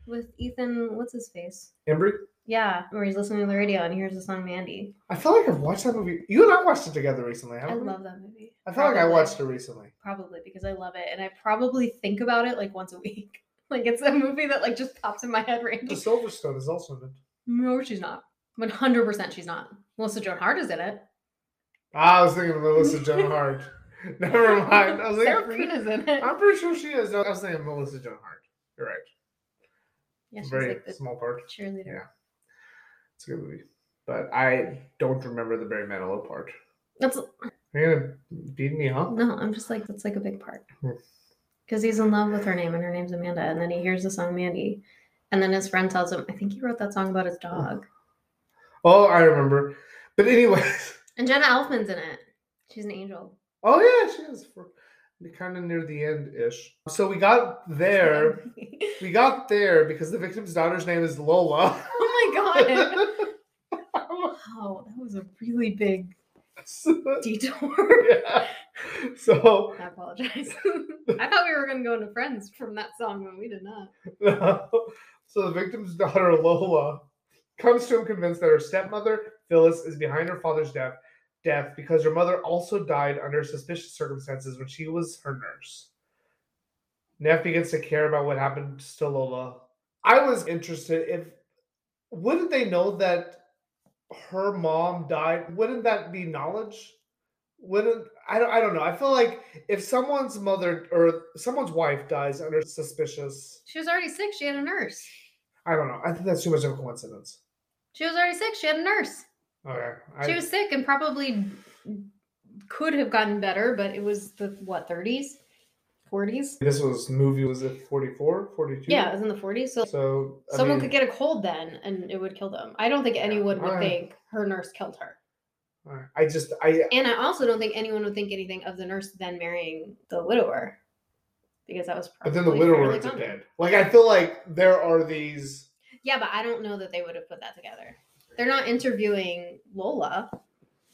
with Ethan, what's his face?
Embry,
Yeah, where he's listening to the radio and hears the song Mandy.
I feel like I've watched that movie. You and I watched it together recently.
I
haven't we?
love that movie.
Mm-hmm. I feel like I
Probably-
watched it recently.
Probably because I love it, and I probably think about it like once a week. Like it's a movie that like just pops in my head
The
randomly.
Silverstone is also in it.
No, she's not. One hundred percent, she's not. Melissa Joan Hart is in it.
Ah, I was thinking of Melissa Joan Hart. Never mind. I was like, I'm pretty,
Seraphina's in it.
I'm pretty sure she is. No, I was thinking of Melissa Joan Hart. You're right.
Yeah, she's
Very
like the
small part.
cheerleader.
Yeah. It's a good movie. But I don't remember the Barry Manilow part.
That's
You're going to beat me up?
no. I'm just like that's like a big part
Hmm.
because he's in love with her name, and her name's Amanda, and then he hears the song Mandy, and then his friend tells him, "I think he wrote that song about his
Hmm.
dog."
Oh, I remember. But anyways.
And Jenna Elfman's in it. She's an angel.
Oh, yeah, she is. For, kind of near the end ish. So we got there. We got there because the victim's daughter's name is Lola.
oh my god. Wow, that was a really big detour.
yeah. So
I apologize. I thought we were going to go into Friends from that song, but we did not.
so the victim's daughter Lola comes to him convinced that her stepmother Phyllis is behind her father's death, death because her mother also died under suspicious circumstances when she was her nurse. Neff begins to care about what happened to Lola. I was interested if wouldn't they know that her mom died? Wouldn't that be knowledge? Wouldn't I don't I don't know. I feel like if someone's mother or someone's wife dies under suspicious
She was already sick. She had a nurse.
I don't know. I think that's too much of a coincidence.
She was already sick. She had a nurse.
Okay. I,
She was sick and probably could have gotten better, but it was the, what, 30s? 40s?
this was movie was it 44, 42?
Yeah, it was in the 40s. So
So I
someone
mean,
could get a cold then and it would kill them. I don't think anyone would
alright.
think her nurse killed her.
alright. I just I
And I also don't think anyone would think anything of the nurse then marrying the widower, because that was.
but
Probably
then the
fairly
widowers are
common.
dead. Like I feel like there are these
Yeah, but I don't know that they would have put that together. They're not interviewing Lola.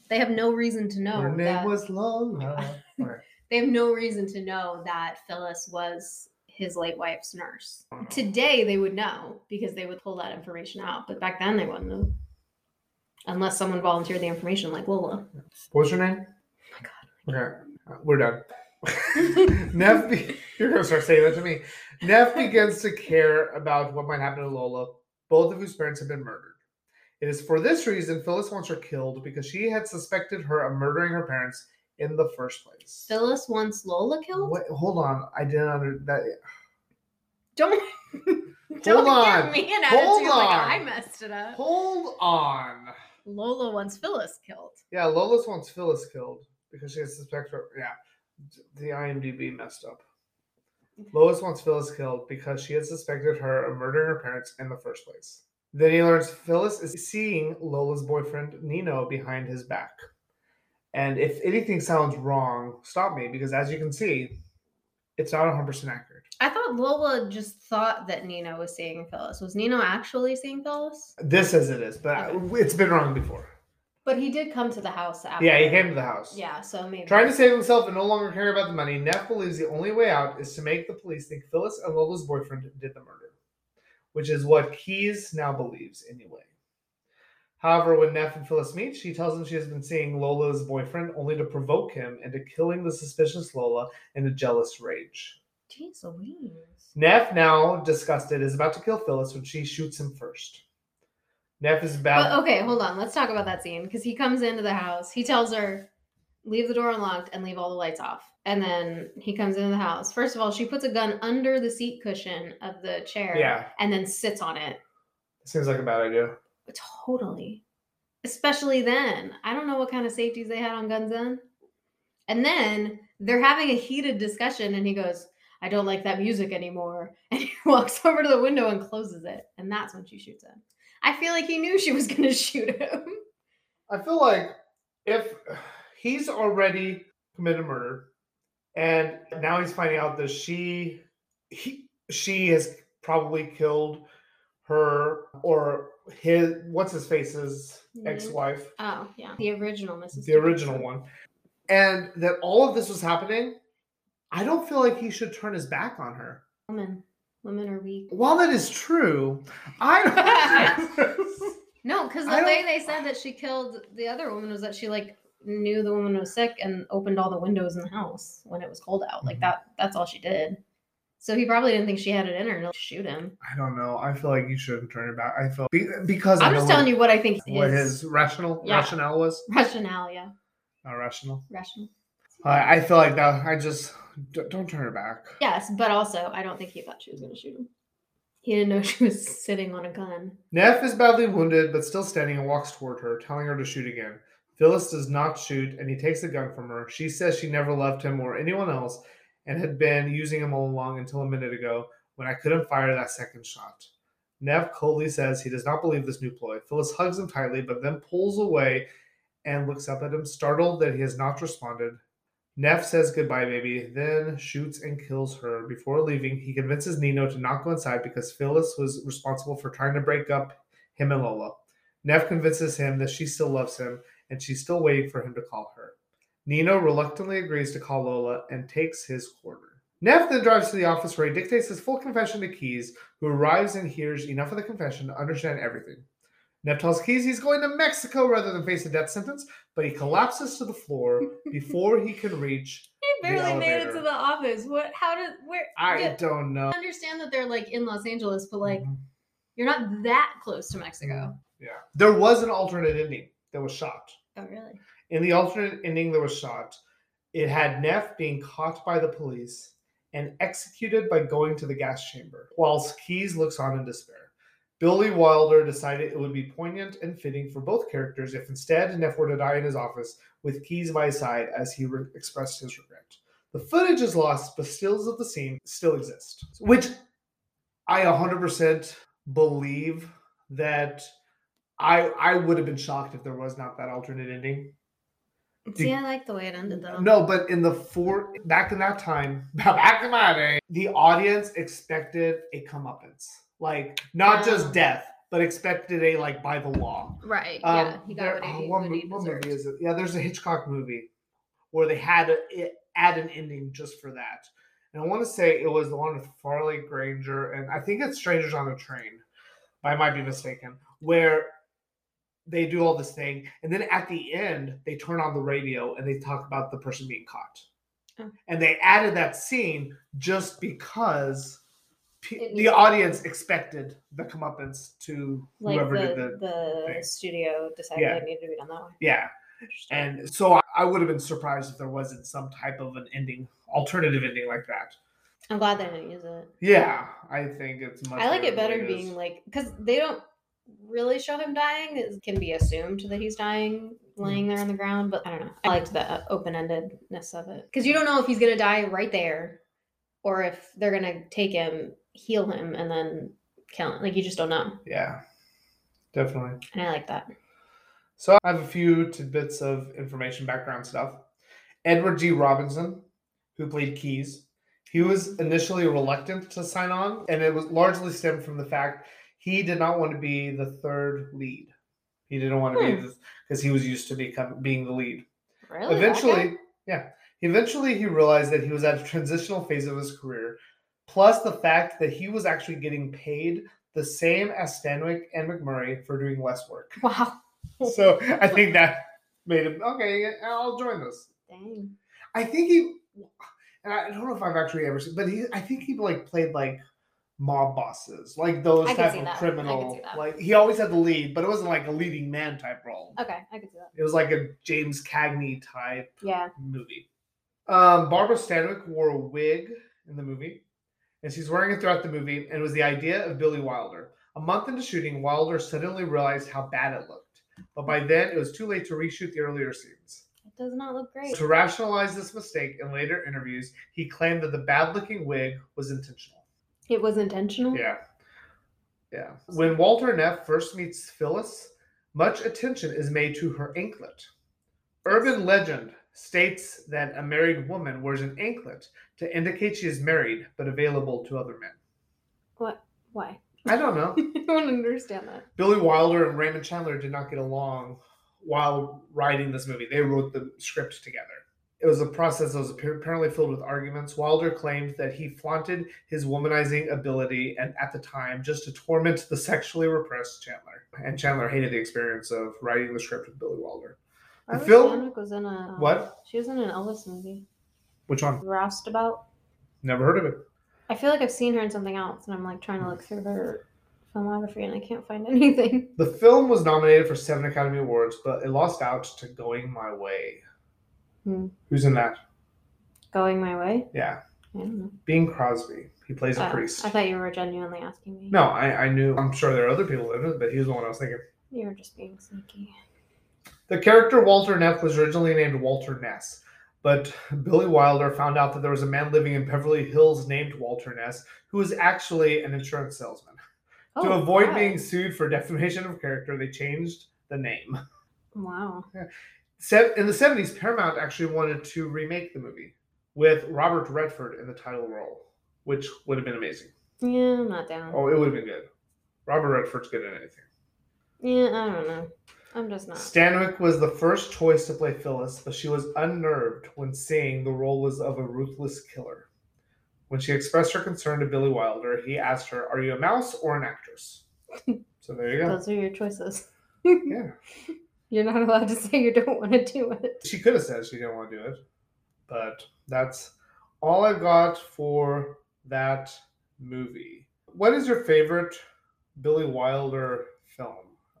They have no reason to know.
her name
that,
was Lola. Alright.
they have no reason to know that Phyllis was his late wife's nurse.
I don't know.
Today they would know because they would pull that information out, but back then they wouldn't have. Unless someone volunteered the information, like Lola.
What's your name? Oh my god. Okay. Uh, We're done. Neff, be- you're gonna start saying that to me. Neff begins to care about what might happen to Lola, both of whose parents have been murdered. It is for this reason Phyllis wants her killed because she had suspected her of murdering her parents in the first place.
Phyllis wants Lola killed.
Wait, hold on, I didn't under that.
Don't don't
on.
give me an attitude
Hold
like
on.
I messed it up.
Hold on.
Lola wants Phyllis killed.
Yeah, Lola's wants Phyllis killed because she has suspect her. Yeah, the IMDb messed up. Lois wants Phyllis killed because she had suspected her of murdering her parents in the first place. Then he learns Phyllis is seeing Lola's boyfriend Nino behind his back. And if anything sounds wrong, stop me because as you can see, it's not 100% accurate.
I thought Lola just thought that Nino was seeing Phyllis. Was Nino actually seeing Phyllis?
This as it is, but I- it's been wrong before.
But he did come to the house after.
Yeah, he came to the house.
Yeah, so maybe.
Trying to save himself and no longer caring about the money, Neff believes the only way out is to make the police think Phyllis and Lola's boyfriend did the murder, which is what Keys now believes anyway. However, when Neff and Phyllis meet, she tells him she has been seeing Lola's boyfriend only to provoke him into killing the suspicious Lola in a jealous rage.
Jeez Louise.
Neff, now disgusted, is about to kill Phyllis when she shoots him first. Neff is about.
But okay, hold on. Let's talk about that scene because he comes into the house. He tells her, leave the door unlocked and leave all the lights off. And then he comes into the house. First of all, she puts a gun under the seat cushion of the chair
Yeah.
and then sits on it.
Seems like a bad idea.
Totally. Especially then. I don't know what kind of safeties they had on guns then. And then they're having a heated discussion, and he goes, I don't like that music anymore. And he walks over to the window and closes it. And that's when she shoots him. I feel like he knew she was going to shoot him.
I feel like if he's already committed murder, and now he's finding out that she he, she has probably killed her or his what's his face's
Mm-hmm.
ex-wife,
Oh, yeah. The original Mrs.
the original one, and that all of this was happening, I don't feel like he should turn his back on her.
Women. Women are weak.
While that is true, I don't.
No, because the
I don't-
way they said that she killed the other woman was that she like knew the woman was sick and opened all the windows in the house when it was cold out. Like
Mhm.
that that's all she did. So he probably didn't think she had it in her to shoot him.
I don't know. I feel like you shouldn't turn it back. I feel be- because
I'm just telling you what I think
what
is
his rational
Yeah.
rationale was.
rationale, yeah.
Not rational.
Rational.
I, I feel like that. I just d- don't turn it back.
Yes, but also I don't think he thought she was gonna shoot him. He didn't know she was sitting on a gun.
Neff is badly wounded, but still standing and walks toward her, telling her to shoot again. Phyllis does not shoot, and he takes the gun from her. She says she never loved him or anyone else, and had been using him all along until a minute ago when I couldn't fire that second shot. Neff coldly says he does not believe this new ploy. Phyllis hugs him tightly, but then pulls away and looks up at him, startled that he has not responded. Neff says goodbye, baby, then shoots and kills her. Before leaving, he convinces Nino to not go inside because Phyllis was responsible for trying to break up him and Lola. Neff convinces him that she still loves him and she's still waiting for him to call her. Nino reluctantly agrees to call Lola and takes his quarter. Neff then drives to the office where he dictates his full confession to Keys, who arrives and hears enough of the confession to understand everything. Neff tells Keys he's going to Mexico rather than face a death sentence, but he collapses to the floor before he can reach.
He
The
barely made it to
elevator.
the office. What how did where
I
yeah,
don't know.
I understand that they're like in Los Angeles, but like
Mhm.
you're not that close to Mexico.
Yeah. There was an alternate ending that was shot.
Oh really?
In the alternate ending that was shot, it had Neff being caught by the police and executed by going to the gas chamber, whilst Keys looks on in despair. Billy Wilder decided it would be poignant and fitting for both characters if instead Neff were to die in his office with Keys by his side as he re- expressed his regret. The footage is lost, but stills of the scene still exist, which I 100% believe that I I would have been shocked if there was not that alternate ending.
See, I like the way it ended though.
No, but in the four back in that time, back in my day, the audience expected a comeuppance, like not just
Um.
death, but expected a like by the law.
Right.
Um,
yeah, he got
there-
what he,
oh, one
what
mo-
he
what
deserved.
movie is it? Yeah, there's a Hitchcock movie where they had a, it, add an ending just for that. And I want to say it was the one with Farley Granger, and I think it's Strangers on a Train, but I might be mistaken, where they do all this thing, and then at the end they turn on the radio and they talk about the person being caught.
Oh.
And they added that scene just because
It
pe- the
needed-
audience expected the comeuppance to
Like
whoever
the,
did the
the
thing.
studio decided
Yeah.
it needed to be done that way.
yeah.
Interesting.
And so I, I would have been surprised if there wasn't some type of an ending, alternative ending like that.
I'm glad they didn't use it.
Yeah, I think it's much.
I like it
the way
better
is.
being like because they don't really show him dying. It can be assumed that he's dying, laying there on the ground. But I don't know. I liked the open endedness of it because you don't know if he's gonna die right there, or if they're gonna take him, heal him, and then kill him. Like you just don't know.
yeah, definitely.
And I like that.
So I have a few tidbits of information, background stuff. Edward G. Robinson, who played Keys, he was initially reluctant to sign on, and it was largely stemmed from the fact he did not want to be the third lead. He didn't want to be
Hmm.
be because he was used to become being the lead.
Really? that guy?
eventually, yeah. Eventually, he realized that he was at a transitional phase of his career, plus the fact that he was actually getting paid the same as Stanwyck and McMurray for doing less work.
Wow.
So I think that made him okay. I'll join this.
Dang.
I think he, and I don't know if I've actually ever seen, but he, I think he like played like mob bosses, like those
I can
type
see
of
that. I can
criminal.
see that.
Like he always had the lead, but it wasn't like a leading man type role.
Okay, I could see that.
It was like a James Cagney type
Yeah.
movie. Um, Barbara Stanwyck wore a wig in the movie, and she's wearing it throughout the movie. And it was the idea of Billy Wilder. A month into shooting, Wilder suddenly realized how bad it looked, but by then it was too late to reshoot the earlier scenes.
does not look great.
To rationalize this mistake in later interviews, he claimed that the bad looking wig was intentional.
It was intentional.
Yeah. Yeah. When Walter Neff first meets Phyllis, much attention is made to her anklet. Urban legend states that a married woman wears an anklet to indicate she is married but available to other men.
Why?
I don't know.
I don't understand that.
Billy Wilder and Raymond Chandler did not get along while writing this movie. They wrote the script together. It was a process that was appar- apparently filled with arguments. Wilder claimed that he flaunted his womanizing ability and at the time just to torment the sexually repressed Chandler. And Chandler hated the experience of writing the script with Billy Wilder. The
Robert
film-
Sandwick was in a um,
What?
She was in an Elvis movie,
Which one?
Roustabout.
Never heard of it.
I feel like I've seen her in something else, and I'm like trying to look through her filmography, and I can't find anything.
The film was nominated for seven Academy Awards, but it lost out to Going My Way.
Hmm.
Who's in that?
Going my way.
Yeah.
I don't know.
Bing Crosby. He plays a
Oh,
priest.
I thought you were genuinely asking me.
No, I, I knew. I'm sure there are other people in it, but he was the one I was thinking.
you were just being sneaky.
The character Walter Neff was originally named Walter Ness, but Billy Wilder found out that there was a man living in Beverly Hills named Walter Ness who was actually an insurance salesman. to
Oh,
avoid
wow.
being sued for defamation of character, they changed the name.
Wow.
Se- In the 70s, Paramount actually wanted to remake the movie with Robert Redford in the title role, which would have been amazing.
Yeah, I'm not down.
Oh, it would have been good. Robert Redford's good at anything.
Yeah, I don't know. I'm just not.
Stanwyck was the first choice to play Phyllis, but she was unnerved when seeing the role was of a ruthless killer. When she expressed her concern to Billy Wilder, he asked her, Are you a mouse or an actress? so there you go.
Those are your choices.
Yeah.
You're not allowed to say you don't want to do it.
She could have said she didn't want to do it, but that's all I've got for that movie. What is your favorite Billy Wilder film?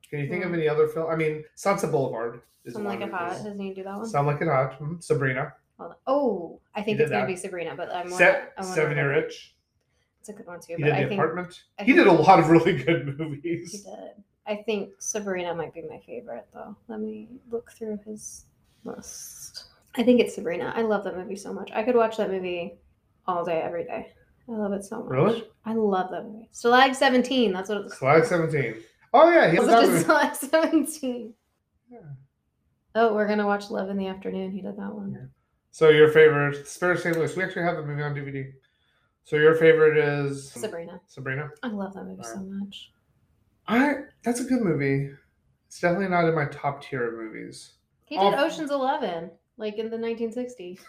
Can you think of
Hmm.
any other film? I mean, Sunset Boulevard is
Sound
one
like
of
a hot.
his.
Doesn't he do that one?
Sound like a hot. Mhm. Sabrina.
Hold on. Oh, I think
did
it's gonna
that.
be Sabrina, but I'm
Set,
I wanna
Seven Year
remember.
Itch.
It's a good one too.
He
but
did
I
The
think
Apartment.
I
He did
think-
a lot of really good
he
movies.
did. I think Sabrina might be my favorite though. Let me look through his list. I think it's Sabrina. I love that movie so much. I could watch that movie all day, every day. I love it so much.
Really?
I love that movie. Stalag 17. That's what it's
Slide 17. Oh, yeah. He did
Was
that
it
movie.
just Stalag 17?
Yeah.
Oh, we're gonna watch Love in the Afternoon. He did that one.
Yeah. So, your favorite, Spirit of St. Louis. We actually have the movie on DVD. So, your favorite is
Sabrina.
Sabrina.
I love that movie so
Alright.
much.
I, that's a good movie. It's definitely not in my top tier of movies.
He
All-
did Ocean's Eleven, like in the 1960s.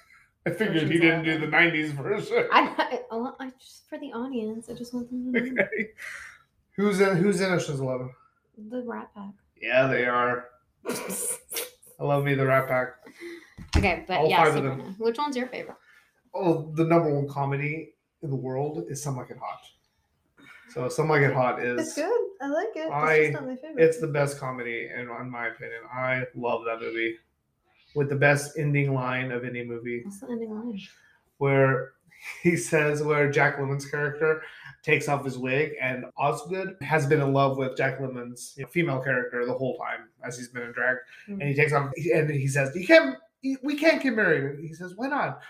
I figured he
Versions
didn't
of
do
it.
the 90s version.
I, I, I, I just for the audience, I just want them to know
Okay. Who's in Who's in Ocean's Eleven?
the Rat Pack.
Yeah, they are. I love me the Rat Pack.
okay, but
All
yeah,
five of them.
Sabrina. Which one's your favorite?
oh, the number one comedy in the world is Some Like It Hot. So Some Like It Hot is
It's
it's,
good. I like it.
I-
it's just not my favorite.
the best comedy in, in my opinion. I love that movie with the best ending line of any movie
What's the ending line?
where he says where Jack Lemon's character takes off his wig and Osgood has been in love with Jack Lemon's female character the whole time as he's been in drag and he takes off and he says you can't we can't get married and he says why not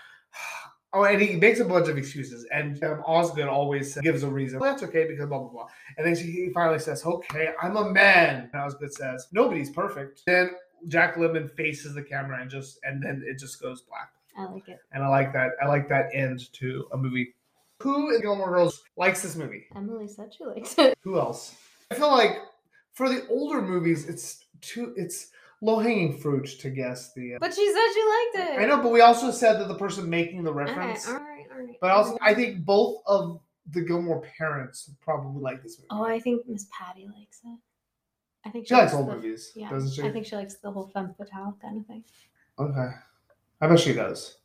oh and he makes a bunch of excuses and um, osgood always gives a reason well, that's okay because blah blah blah and then she, he finally says okay i'm a man and osgood says nobody's perfect then jack lemon faces the camera and just and then it just goes black
I like it.
and i like that i like that end to a movie who in gilmore girls likes this movie
Emily said she likes it.
who else? I feel like for the older movies, it's too it's low hanging fruit to guess the. uh,
But she said she liked it.
I know, but we also said that the person making the
All right,
reference.
all right, all right.
But also, I think both of the Gilmore parents probably like this movie.
Oh, I think Miss Patty likes it. I think
she likes
the-
old movies,
Yeah,
doesn't she?
I think she likes the whole femme fatale kind of thing.
okay, I bet she does.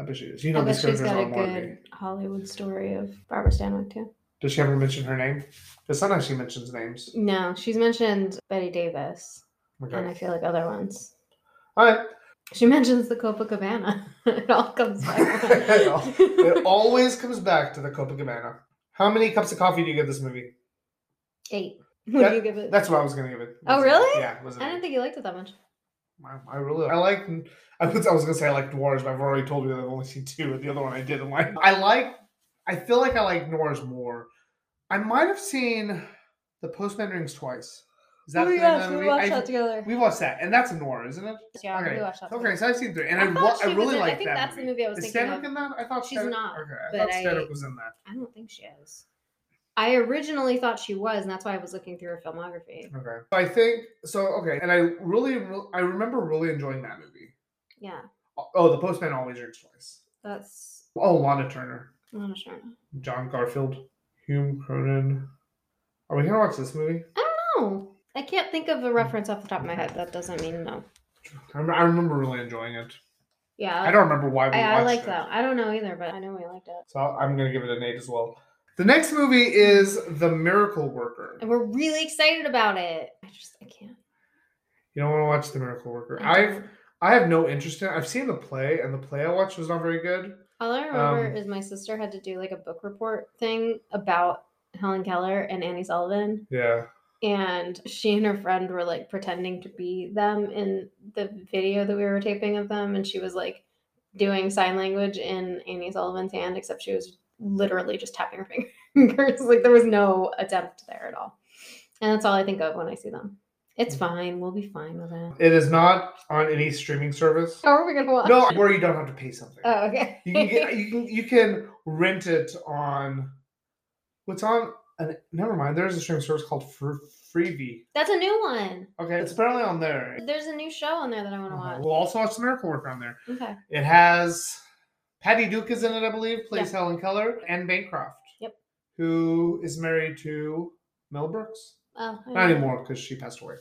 I bet she does. You know,
I bet
this
she's
character's
got a
on
good
good...
Hollywood story of Barbara Stanwyck too.
Does she ever mention her name? Because sometimes she mentions names.
No, she's mentioned Betty Davis, and I
Okay.
feel like other ones.
All right.
She mentions the Copacabana. it all comes
It all-
back.
It always comes back to the Copacabana. How many cups of coffee do you give this movie?
Eight. What
That-
do you give it?
That's what I was gonna give it.
Oh,
Was-
really?
Yeah. Was
I didn't think you liked it that much.
I, I really I like I was I was gonna say I like Noirs, but I've already told you that I've only seen two, and the other one I didn't like. I like I feel like I like Noirs more. I might have seen the Postman Rings twice. Is that
oh,
the name of
yes,
that
we
movie?
watched
I-
that together.
we watched that, and that's a noir, isn't it?
yeah,
okay.
we watched that.
Okay, so I've seen three, and I,
I
wa-
thought
I
she was
really
in- I
like
think
that.
that's the
movie.
movie I was
Is
thinking
Stanek
of.
in that? I thought
She's
Stanek-
not,
Okay, I
but
thought
I-
Stanek was in that.
I don't think she is. I originally thought she was, and that's why I was looking through her filmography.
Okay, so I think so. Okay, and I really, re- I remember really enjoying that movie.
Yeah,
Oh, the postman always drinks twice.
that's
Oh, Lana Turner,
I'm not sure.
John Garfield, Hume Cronin. Are we gonna watch this movie?
No, I can't think of a reference off the top of my head. That doesn't mean no.
I rem- I remember really enjoying it.
Yeah,
I don't remember why we
I,
watched
I like
it.
that. I don't know either, but I know we liked it.
So I'm gonna give it an eight as well. The next movie is The Miracle Worker.
And we're really excited about it. I just I can't.
You don't want to watch The Miracle Worker.
I
I've I have no interest in. it. I've seen the play, and the play I watched was not very good.
All I remember
Um,
is my sister had to do like a book report thing about Helen Keller and Annie Sullivan.
Yeah,
And she and her friend were like pretending to be them in the video that we were taping of them. And she was like doing sign language in Annie Sullivan's hand, except she was literally just tapping her fingers. like there was no attempt there at all. And that's all I think of when I see them. It's
Mm.
fine. We'll be fine with it.
it is not on any streaming service.
How are we going to watch?
No, where you don't have to pay something.
Oh, okay.
You can get, you can you can rent it on what's on. An, never mind. There's a streaming service called Fr- Freebie.
That's a new one.
Okay, it's apparently on there.
There's a new show on there that I want to
Uh-huh.
watch.
We'll also watch The Miracle Worker on there.
Okay.
It has Patty Duke is in it, I believe, plays Helen Keller, and Bancroft.
Yep.
Who is married to Mel Brooks?
Oh, I
Not
know.
anymore because she passed away.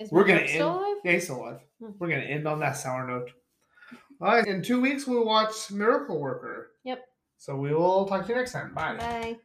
Is
We're
Mel
gonna
Brooks
end.
still alive?
Yeah, he's still alive.
Hmm.
We're gonna end on that sour note. All right, in two weeks we'll watch Miracle Worker.
Yep.
So we will talk to you next time.
Bye.